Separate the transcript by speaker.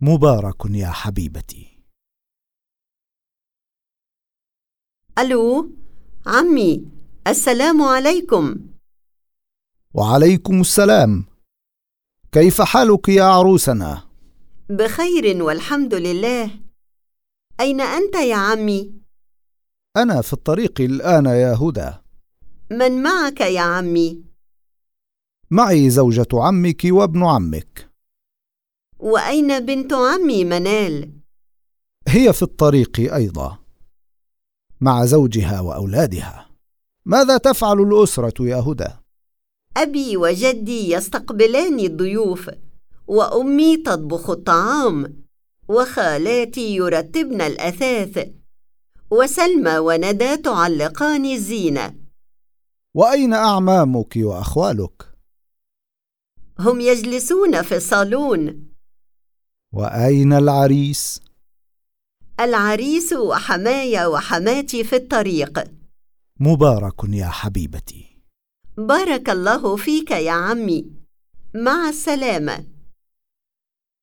Speaker 1: مبارك يا حبيبتي
Speaker 2: ألو عمي السلام عليكم
Speaker 1: وعليكم السلام كيف حالك يا عروسنا
Speaker 2: بخير والحمد لله أين أنت يا عمي؟
Speaker 1: انا في الطريق الان يا هدى
Speaker 2: من معك يا عمي؟
Speaker 1: معي زوجه عمك وابن عمك
Speaker 2: وأين بنت عمي منال؟
Speaker 1: هي في الطريق ايضا مع زوجها واولادها ماذا تفعل الاسره يا هدى
Speaker 2: أبي وجدي يستقبلان الضيوف وأمي تطبخ الطعام وخالاتي يرتبن الأثاث وسلمى وندى تعلقان الزينة
Speaker 1: واين اعمامك واخوالك
Speaker 2: هم يجلسون في الصالون
Speaker 1: واين العريس
Speaker 2: العريس وحمايا وحماتي في الطريق
Speaker 1: مبارك يا حبيبتي
Speaker 2: بارك الله فيك يا عمي مع السلامه